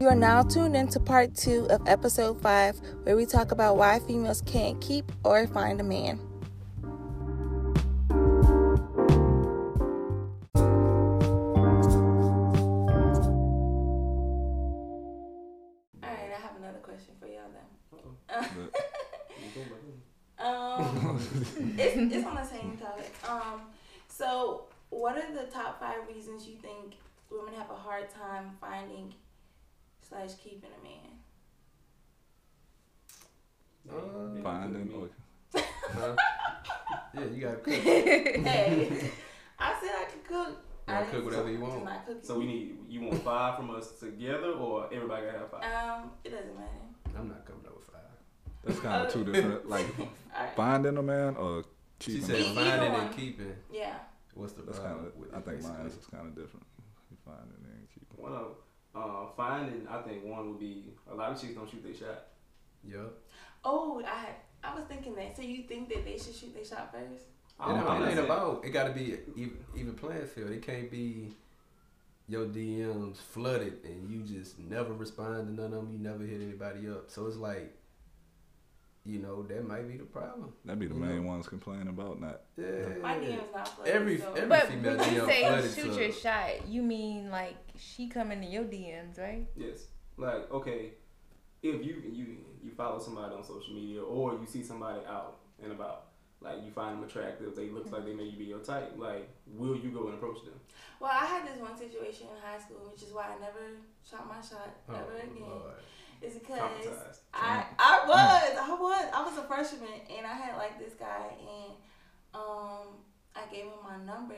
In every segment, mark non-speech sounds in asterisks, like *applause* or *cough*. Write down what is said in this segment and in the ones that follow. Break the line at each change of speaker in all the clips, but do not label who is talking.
You are now tuned into part two of episode five, where we talk about why females can't keep or find a man. All right, I have another question for y'all then. *laughs* Um, it's, it's on the same topic. Um, so what are the top five reasons you think women have a hard time finding slash keeping a man?
Uh,
Finding or
Huh? yeah, you gotta *laughs* cook.
hey, I said I could cook.
You
I
gotta cook
didn't
whatever you
do
want.
my cooking.
So we need you want five from us together, or everybody gotta have five.
Um, it doesn't matter.
I'm not coming up with five.
That's kind of two
*laughs*
different, *laughs* like
All right.
finding a man or
She
keeping. a
said
man.
Keep
finding
either
and
one.
keeping.
Yeah.
What's the
That's kind
problem
of.
with
I
it,
think mine is
basically?
kind of different. You find it and keep it.
One of uh, finding, I think one would be a lot of chicks don't shoot their shot.
Yup.
Oh, I I was thinking that. So you think that they should shoot their shot first?
I
It
don't
ain't-
know,
It ain't
that's it.
about. It gotta be even, even playing field. It can't be your DMs flooded and you just never respond to none of them. You never hit anybody up. So it's like, you know, that might be the problem.
That'd be the
You
main ones complaining about not.
Yeah.
My DM's not flooded.
Every-
so.
every-
But
female
when you
DM
say
flooded
shoot
to-
your shot, you mean like she come into your DMs, right?
Yes, like okay, if you you you follow somebody on social media or you see somebody out and about, like you find them attractive, they look like they may be your type. Like, will you go and approach them?
well, I had this one situation in high school, which is why I never shot my shot
Oh,
ever again.
Lord.
Is because
Traumatized.
I I was I was I was a freshman and I had like this guy and um I gave him my number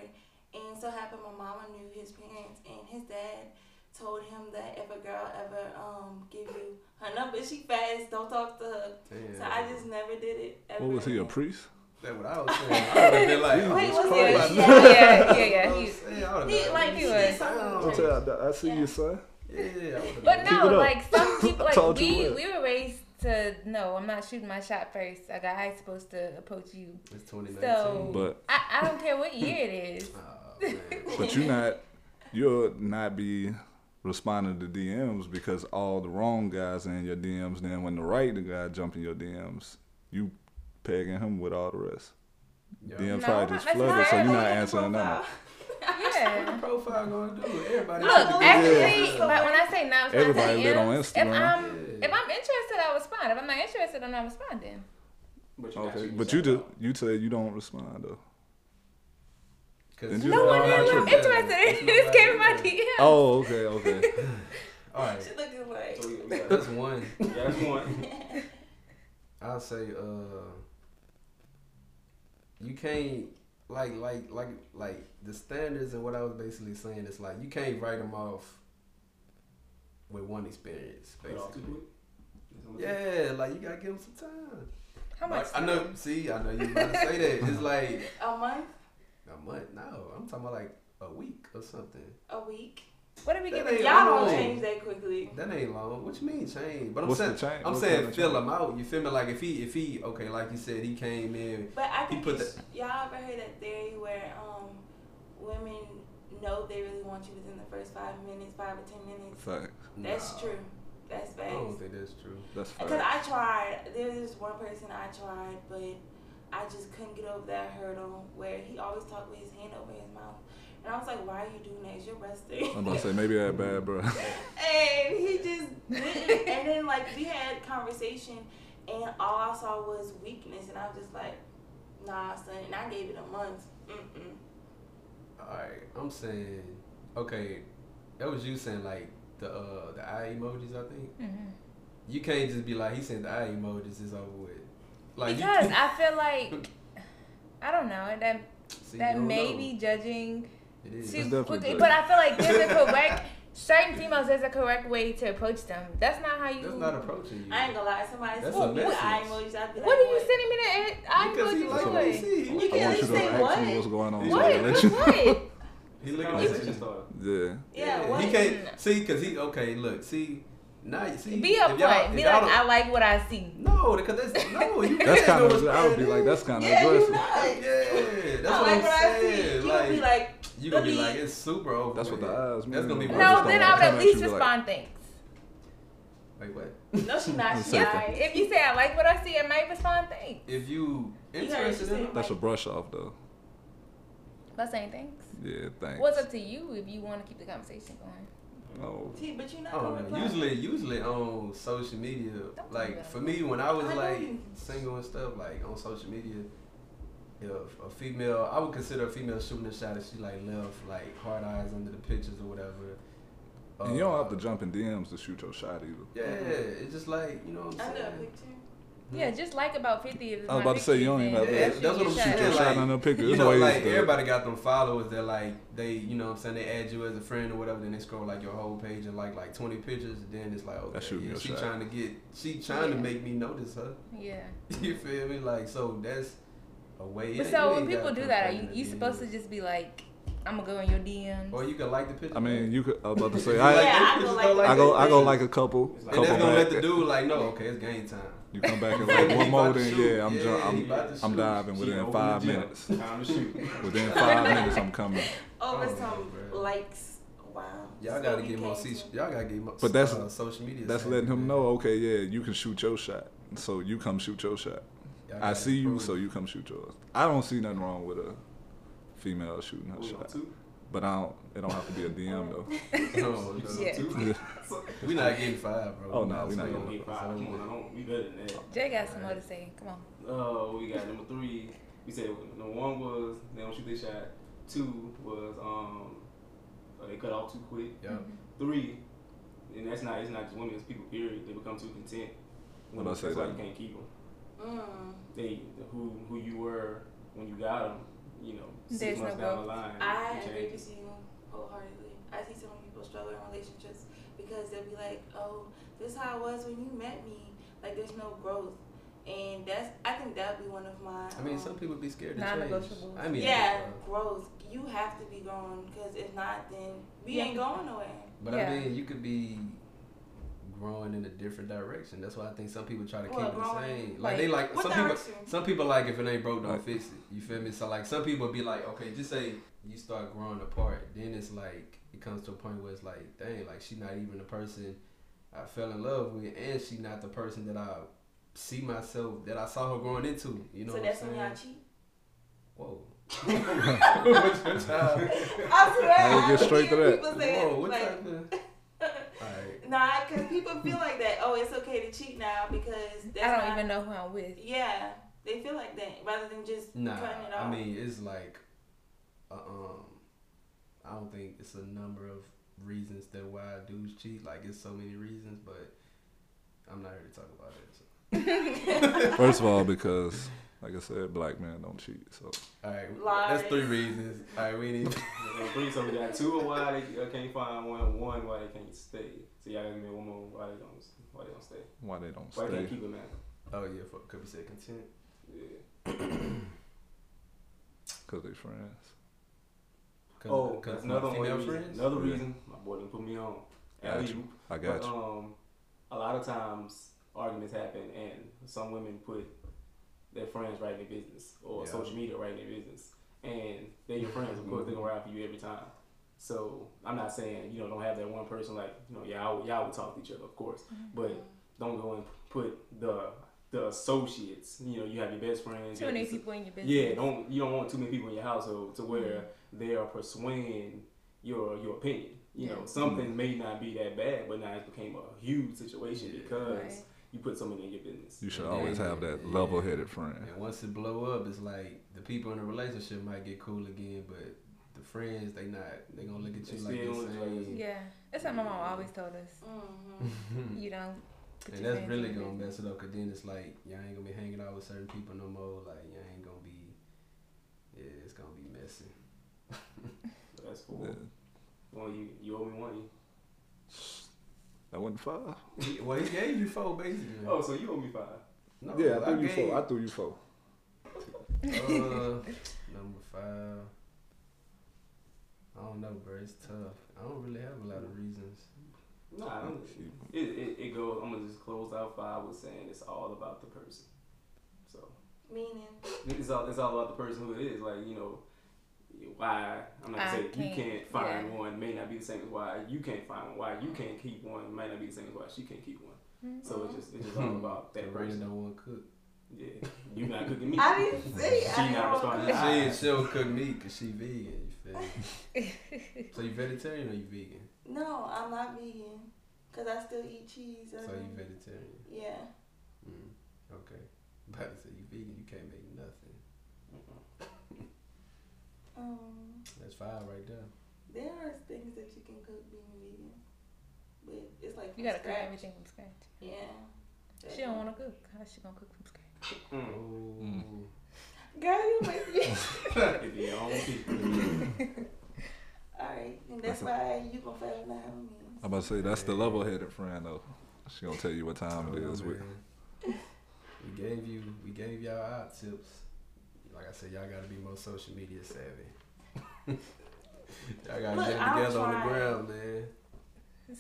and so happened my mama knew his parents and his dad told him that if a girl ever um give you her number she fast don't talk to her
Damn.
so I just never did it. Ever
What was he a
again.
priest?
That's what I was saying. I would have been
*laughs*
like, "Oh,
Wait,
Jesus
was he a-
*laughs* Christ.
yeah, yeah, yeah,
You know
yeah.
what I'm
He's,
saying? I would've
He
been
like he
Yeah.
was.
Oh.
Damn.
something.
I see
Yeah.
you, son.
Yeah, I would've
but
been-
Keep it
no,
up.
like
*laughs*
some people, like
Told you
we
what.
we were raised to no, I'm not shooting my shot first. A guy's supposed to approach you.
It's 2019.
So-
But
I, I don't care what year
*laughs*
it is.
Aw, Oh, man.
but you not. You'll not be responding to DMs because all the wrong guys are in your DMs. Then when the right guy jump in your DMs, you pegging him with all the rest.
Yo,
DM
No,
probably just
that's
flooded,
not-
so you're
Look
not
at the
answering them.
profile.
What the
Yeah.
profile gonna do? Everybody.
Look,
should be-
actually,
Yeah.
but when I say now,
Everybody lit on
DMs, if
Instagram.
I'm
Yeah.
if I'm interested, I respond. If I'm not interested, I'm not responding.
But you, gotta
Okay,
shoot
but
your shot
you do.
though.
You said you don't respond though.
'Cause
No
you
No
know
one
I'm
is
not
no
your
interested.
dad.
*laughs* They just came in my
Nobody-
DM.
Oh, okay, *laughs* okay.
All
She
right,
looking like
So we, we got,
that's one.
yeah, that's
*laughs*
one.
I'll say, uh, you can't like like like like the standards and what I was basically saying is like you can't write them off with one experience,
Cut off too quick. That's what
basically.
I'm saying.
Yeah, like you gotta give them some time.
How much?
Like, I know. See, I know you about to say that. It's like
a month,
a month. No, I'm talking about like a week or something.
a week.
What are we
That
giving?
ain't
Y'all
long.
don't change that quickly.
That ain't long. What you mean change? But I'm
What's
saying
the change?
I'm
What
saying
kind of
fill
change?
him out. You feel me? Like if he if he okay, like you said, he came in.
But I
You
think
put
it's- y'all ever heard that theory where um, women know they really want you within the first five minutes, five or ten minutes.
Fact.
That's
nah,
true. That's
I don't
facts.
think that's true.
That's
Because
fact.
I tried. There was this one person I tried, but I just couldn't get over that hurdle where he always talked with his hand over his mouth, and I was like, "Why are you doing that? You're resting."
I'm about to say maybe that bad, *laughs* bro.
and he just didn't. *laughs* and then like we had conversation, and all I saw was weakness, and I was just like, "Nah, son." And I gave it a month. Mm-mm.
All right, I'm saying okay. That was you saying like the uh the eye emojis. I think
Mhm.
you can't just be like he sent the eye emojis. It's over with. Like *laughs*
because
you,
I feel like I don't know that
see, you
that
don't
may
know.
be judging
It is.
It's
too
definitely
quickly,
judging.
but I feel like there's a correct certain females there's a correct way to approach them. That's not how you.
That's not approaching you.
I ain't gonna lie. Somebody
That's
said
a
me with
message.
eye emojis. I'd be like,
what are you sending me that? I
because he like what he
emoji
see. He
You
looking
can
I
at
want
least
you to
say
ask me
what?
what's going on.
for?
so
What?
I let you-
What?
He
It's a
looking
conversation
at you.
starter.
*laughs* Yeah.
Yeah,
Yeah,
what?
he can't see because he okay. Look, see, now you see.
*laughs* Be
if y'all-
upfront.
if
Be
y'all
like,
don't-
I like what I see.
*laughs* No, because that's no. You
That's
can't
kind
*laughs* know
of.
what's
I would be
bad.
like, that's kind of
Yeah, you
aggressive.
not. *laughs*
*laughs* Yeah,
I
that's what
like
I'm
what I see.
saying.
You
like,
would be like,
you gonna be
let me-
like, it's super over.
That's what
with.
the eyes mean.
That's gonna be
No,
what it's
No,
just
gonna
then
don't
I
wanna
would
come
at
at
least
you like-
respond thanks.
Wait, what?
No,
*laughs*
she not.
I'm
She
sorry.
not.
If you say I like what I see, I might respond thanks.
If you
You heard what she
interested in
said.
them,
That's a brush off though.
By saying thanks.
Yeah, thanks.
What's up to you if you want to keep the conversation going?
Oh,
T, but you not
I
gonna
don't know.
reply.
Usually, usually on social media,
Don't do
like
that.
for me, when I was
I know
like
you.
single and stuff, like on social media, if a female, I would consider a female shooting a shot if she like left like hard eyes under the pictures or whatever. Um,
and you don't have to jump in DMs to shoot your shot either.
Yeah, it's just like you know what
I
I'm
know a
saying.
picture.
Yeah, just like about 50 is
Hmm. I was about to say, you don't even have
to- Yeah, that's what I'm
Shoot your
Yeah,
shot
like,
on no picture.
You
There's
know,
ways
like
to-
everybody got them followers that like they, you know, what I'm saying they add you as a friend or whatever. Then they scroll like your whole page and like like 20 pictures. And then it's like,
That's
okay,
shooting
yeah,
your
she
shot.
trying to get, she trying to
Yeah.
make me notice her.
Yeah.
*laughs* You feel me? Like so that's a way.
But
it-
so
you
when
ain't
people
gotta
do
come
that, are
from
you
the
you
DM.
supposed to just be like, I'm gonna go in your DMs.
Or you can like the picture.
I mean,
*laughs*
you could. I was about to say,
You
I,
like
Yeah,
them
I go like
pictures, don't
that.
I go, I go
them
like a couple,
It's like-
pictures?
couple
And that's gonna let
back.
the dude like, no, okay, it's game time.
You come back
*laughs*
and
He
like one more,
about to
then
shoot.
yeah, I'm
Yeah,
drunk.
he
I'm,
about to
I'm
shoot.
diving
She
within
opened
five
the gym.
minutes.
Time to
*laughs*
shoot.
Within five minutes, I'm coming.
*laughs*
Over
Oh,
some
bro.
likes. Wow.
Y'all
So
gotta
we
get more.
came
C-
to-
y'all gotta get more.
But that's-
uh, social media.
That's
savvy,
letting him
man.
know, okay, yeah, you can shoot your shot. So you come shoot your shot.
Y'all
I
gotta
see you,
improve.
so you come shoot yours. I don't see nothing wrong with a female shooting her
We on
shot,
two?
but I don't. It don't have to
*laughs*
be a DM though.
No,
You
no.
*laughs* Yeah.
two?
we not getting five, bro.
Oh,
We
no, we not
saying
Don't get
that.
five.
So,
Come on, I don't- we better than that.
Jay got some more to say. Come on.
Uh, we got number three. We said no one was they don't shoot their shot. Two was um uh, they cut off too quick.
yeah.
Three, and that's not it's not just women. It's people. Period. They become too content.
When I say
that's why
that.
you can't keep them.
*laughs*
Mm.
They who who you were when you got them. You know, six
There's
months
no
down
growth.
the line.
I
you
agree
change.
with you wholeheartedly. I see so many people struggle in relationships because they'll be like, "Oh, this is how I was when you met me." Like, there's no growth, and that's I think that would be one of my.
I mean,
um,
some people be scared to change.
Non-negotiables.
I mean,
yeah,
uh,
growth. You have to be growing because if not, then we
Yeah.
ain't going nowhere.
But I
Yeah.
mean, you could be growing in a different direction. That's why I think some people try to keep
Well,
it the
growing,
same. Like,
like,
they like
What
some people.
direction?
Some people like if it ain't broke, don't
Right.
fix it. You feel me? So like some people be like, okay, just say you start growing apart. Then it's like it comes to a point where it's like, dang, like she not even the person I fell in love with, and she not the person that I see myself that I saw her growing into. You know
so
what
that's
I'm
when
saying?
y'all cheat.
Whoa. *laughs* What's your child?
*laughs* I swear.
I didn't get
be
straight to
hearing
that.
people say it,
Whoa, what
like,
type of?
*laughs*
Alright.
Nah, because people feel like that. Oh, it's okay to cheat now because that's
I don't
not-
even know who I'm with.
Yeah, they feel like that rather than just
Nah,
cutting it off. *laughs*
I mean it's like, uh, um, I don't think it's a number of reasons that why dudes cheat. Like it's so many reasons, but I'm not here to talk about it. So.
*laughs* First of all, because like I said, black men don't cheat. So
All right,
Lies.
that's three reasons. All right, we need.
There's three, so we got two of why they uh, can't find one, one why they can't stay. So y'all gotta give me one more why they don't why they don't stay.
why they don't
Why they
stay?
can't keep it, man.
*laughs* Oh yeah, for, could be said content.
Yeah.
Cause they friends.
Cause,
Oh,
cause
that's another
my
one
female
reason.
friends.
Another
Yeah.
reason my boy didn't put me on.
Got
Alley-oop.
you. I got
but,
you.
Um, a lot of times arguments happen, and some women put their friends right in their business or
Yeah.
social media right in their business, and they're your friends. Of
*laughs*
course, they're gonna ride for you every time. So I'm not saying you know don't have that one person like you know y'all y'all would talk to each other, of course,
Mm-hmm.
but don't go and put the the associates. You know you have your best friends.
Too
your
many
asso-
people in your business. Mm-hmm.
yeah, don't you don't want too many people in your household to where they are pursuing your your opinion. You know,
Yeah.
something
Mm-hmm.
may not be that bad, but now it became a huge situation
Yeah.
because
Right.
you put someone in your business.
You should always have that level-headed friend.
And once it blow up, it's like the people in the relationship might get cool again, but the friends they not. They gonna look at
They
you like
still
the
look
*laughs*
like-
same.
Yeah. That's what my mom always told us.
Mhm.
*laughs*
You don't. put
And Mm. that's
your friends in
really
your
gonna
business.
mess it up, cause then it's like y'all ain't gonna be hanging out with certain people no more. Like y'all ain't gonna be. Yeah, it's gonna be messy.
That's cool.
Yeah.
Well, you you owe me one.
That wasn't five.
He- *laughs* well, he gave you four basically.
Oh, so you owe me five.
no,
Yeah, I threw you
gave-
four. I threw you four. *laughs*
Uh, number five. I don't know, bro. It's tough. I don't really have a lot of reasons. *laughs*
Nah, I don't, it, it it goes. I'm gonna just close out five with saying it's all about the person. So
Meaning,
it's all it's all about the person who it is. Like you know, why I'm not
I
gonna say
can't,
you can't find
yeah. Mm-hmm.
one may not be the same as why you can't find one. Why you can't keep one might not be the same as why she can't keep one. So
Mm-hmm.
it's just it's just
Hmm.
all about that
Brandon
person.
don't want to cook.
Yeah, you not
*laughs*
cooking me.
I didn't see.
She
I didn't
not
know
responding.
Ah.
what-
She she don't cook meat because she vegan. You feel
*laughs*
me? so you vegetarian or you vegan?
No, I'm not vegan. Cause I still eat cheese. I
So you
don't-
vegetarian.
Yeah.
Mm, okay. *laughs* About to say you vegan, you can't make nothing.
Um,
That's five right there.
there are things that you can cook being vegan, but it's like
You
from
gotta cook
scratch.
everything from scratch.
Yeah.
She don't want to cook. How's she gonna cook from scratch?
Mm.
Oh,
Mm.
Girl, you make
*laughs*
me.
*laughs* If you own people.
All right, and that's why you gonna forever not have me.
I'm about to say that's the level-headed friend though. She gonna tell you what time it
Oh,
is. We-
man. We gave you, we gave y'all our tips. Like I said, y'all gotta be more social media savvy. *laughs* y'all gotta
Look,
get
I'm
together on the
trying.
ground, man.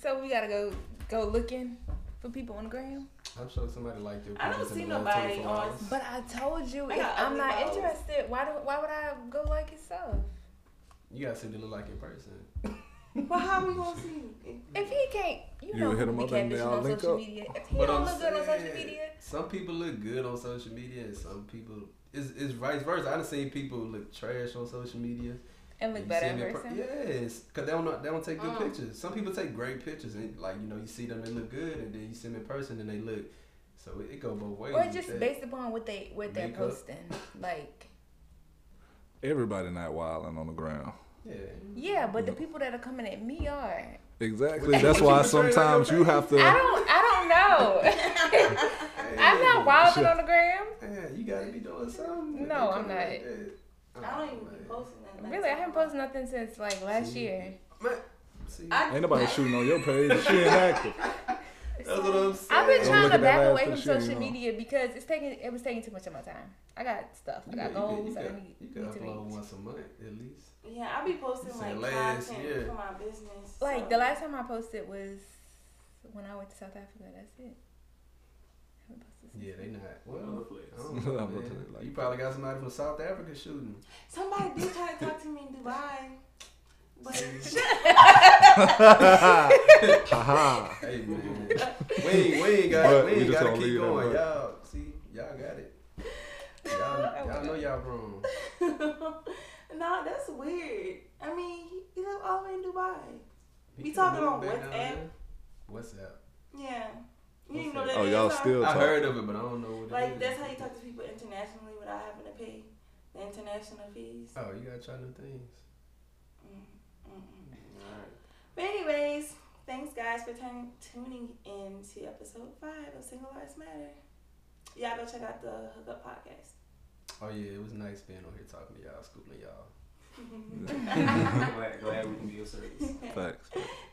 So we gotta go go looking for people on the gram.
I'm sure somebody liked your.
I don't
pictures in
see
the last
nobody
24
on-
hours.
But I told you
I
if
got
I'm
ugly
not
balls.
interested, why do why would I go like it so?
You gotta see what they look like in person.
But how we gonna see? If,
If he can't, you,
You
know,
hit
who
him
we
up
can't
and they
vision
all
on
link
social
up.
media. If he
But
don't
I'm
look good on social
saying,
media,
Some people look good on social media, and some people it's, it's vice versa. I done seen people look trash on social media.
and look
You
better
see
in
them per-
person.
yes, cause they don't know- they don't take good
Mm.
pictures. Some people take great pictures, and like you know, you see them, they look good, and then you see them in person, and they look. So it, it go both ways.
Or
with
just
that.
based upon what they what they're
Makeup.
posting. Like
Everybody not wilding on the ground.
yeah.
yeah, but the people that are coming at me are.
Exactly. That's why sometimes you have
I
to.
don't I
*laughs*
don't know.
Hey,
I'm not wilding on the gram.
Yeah, you gotta be doing something. if
No,
they
I'm
coming
not.
like that.
I don't
Oh,
even be
man.
posting that. like-
Really, I haven't posted nothing since like last
See?
year.
Man, see,
I,
Ain't nobody shooting on your page. She ain't active.
that's what I'm saying.
I've been
Don't
trying
look
to
at that
back
ass for
away from
shit, you
social
know.
media because it's taking it was taking too much of my time. I got stuff. I got
you
goals
Could,
that
you
I
could,
need,
you
need
could
to
upload
reach.
once a month at least.
yeah, I be posting
Say
like
last
content
year.
for my business.
Like
so-
the last time I posted was when I went to South Africa. That's it. I haven't posted since
Yeah, they not. Well,
Well,
I
Mm-hmm.
don't know,
I'm gonna tell
man.
you like
you
that.
probably got somebody from South Africa shooting.
Somebody did try to talk to me in Dubai, but.
Haha.
Hey
*laughs*
man, we ain't, we ain't got
But
we
we
ain't
just
gotta
gonna
keep
leave it at
going,
that.
y'all. See, y'all got it.
*laughs*
Y'all, y'all know y'all wrong.
*laughs* no, that's weird. I mean, he, he live all the way in Dubai. We
He could've
talking
moved
on
back down
WhatsApp?
there. WhatsApp.
Yeah. You
What's
didn't know
that?
that.
Oh,
is,
y'all
huh?
still
I
talking.
heard of it, but I don't know what it is.
Like that's how you talk to people internationally without having to pay the international fees.
Oh, you gotta try new things.
Mm-mm.
Alright.
mm. But anyways, thanks guys for turning tuning in to episode five of Single Lives Matter. Y'all go check out the Hookup Podcast.
Oh yeah, it was nice being on here talking to y'all, schooling y'all.
Yeah.
*laughs* glad, glad we can be of service.
*laughs*
Facts.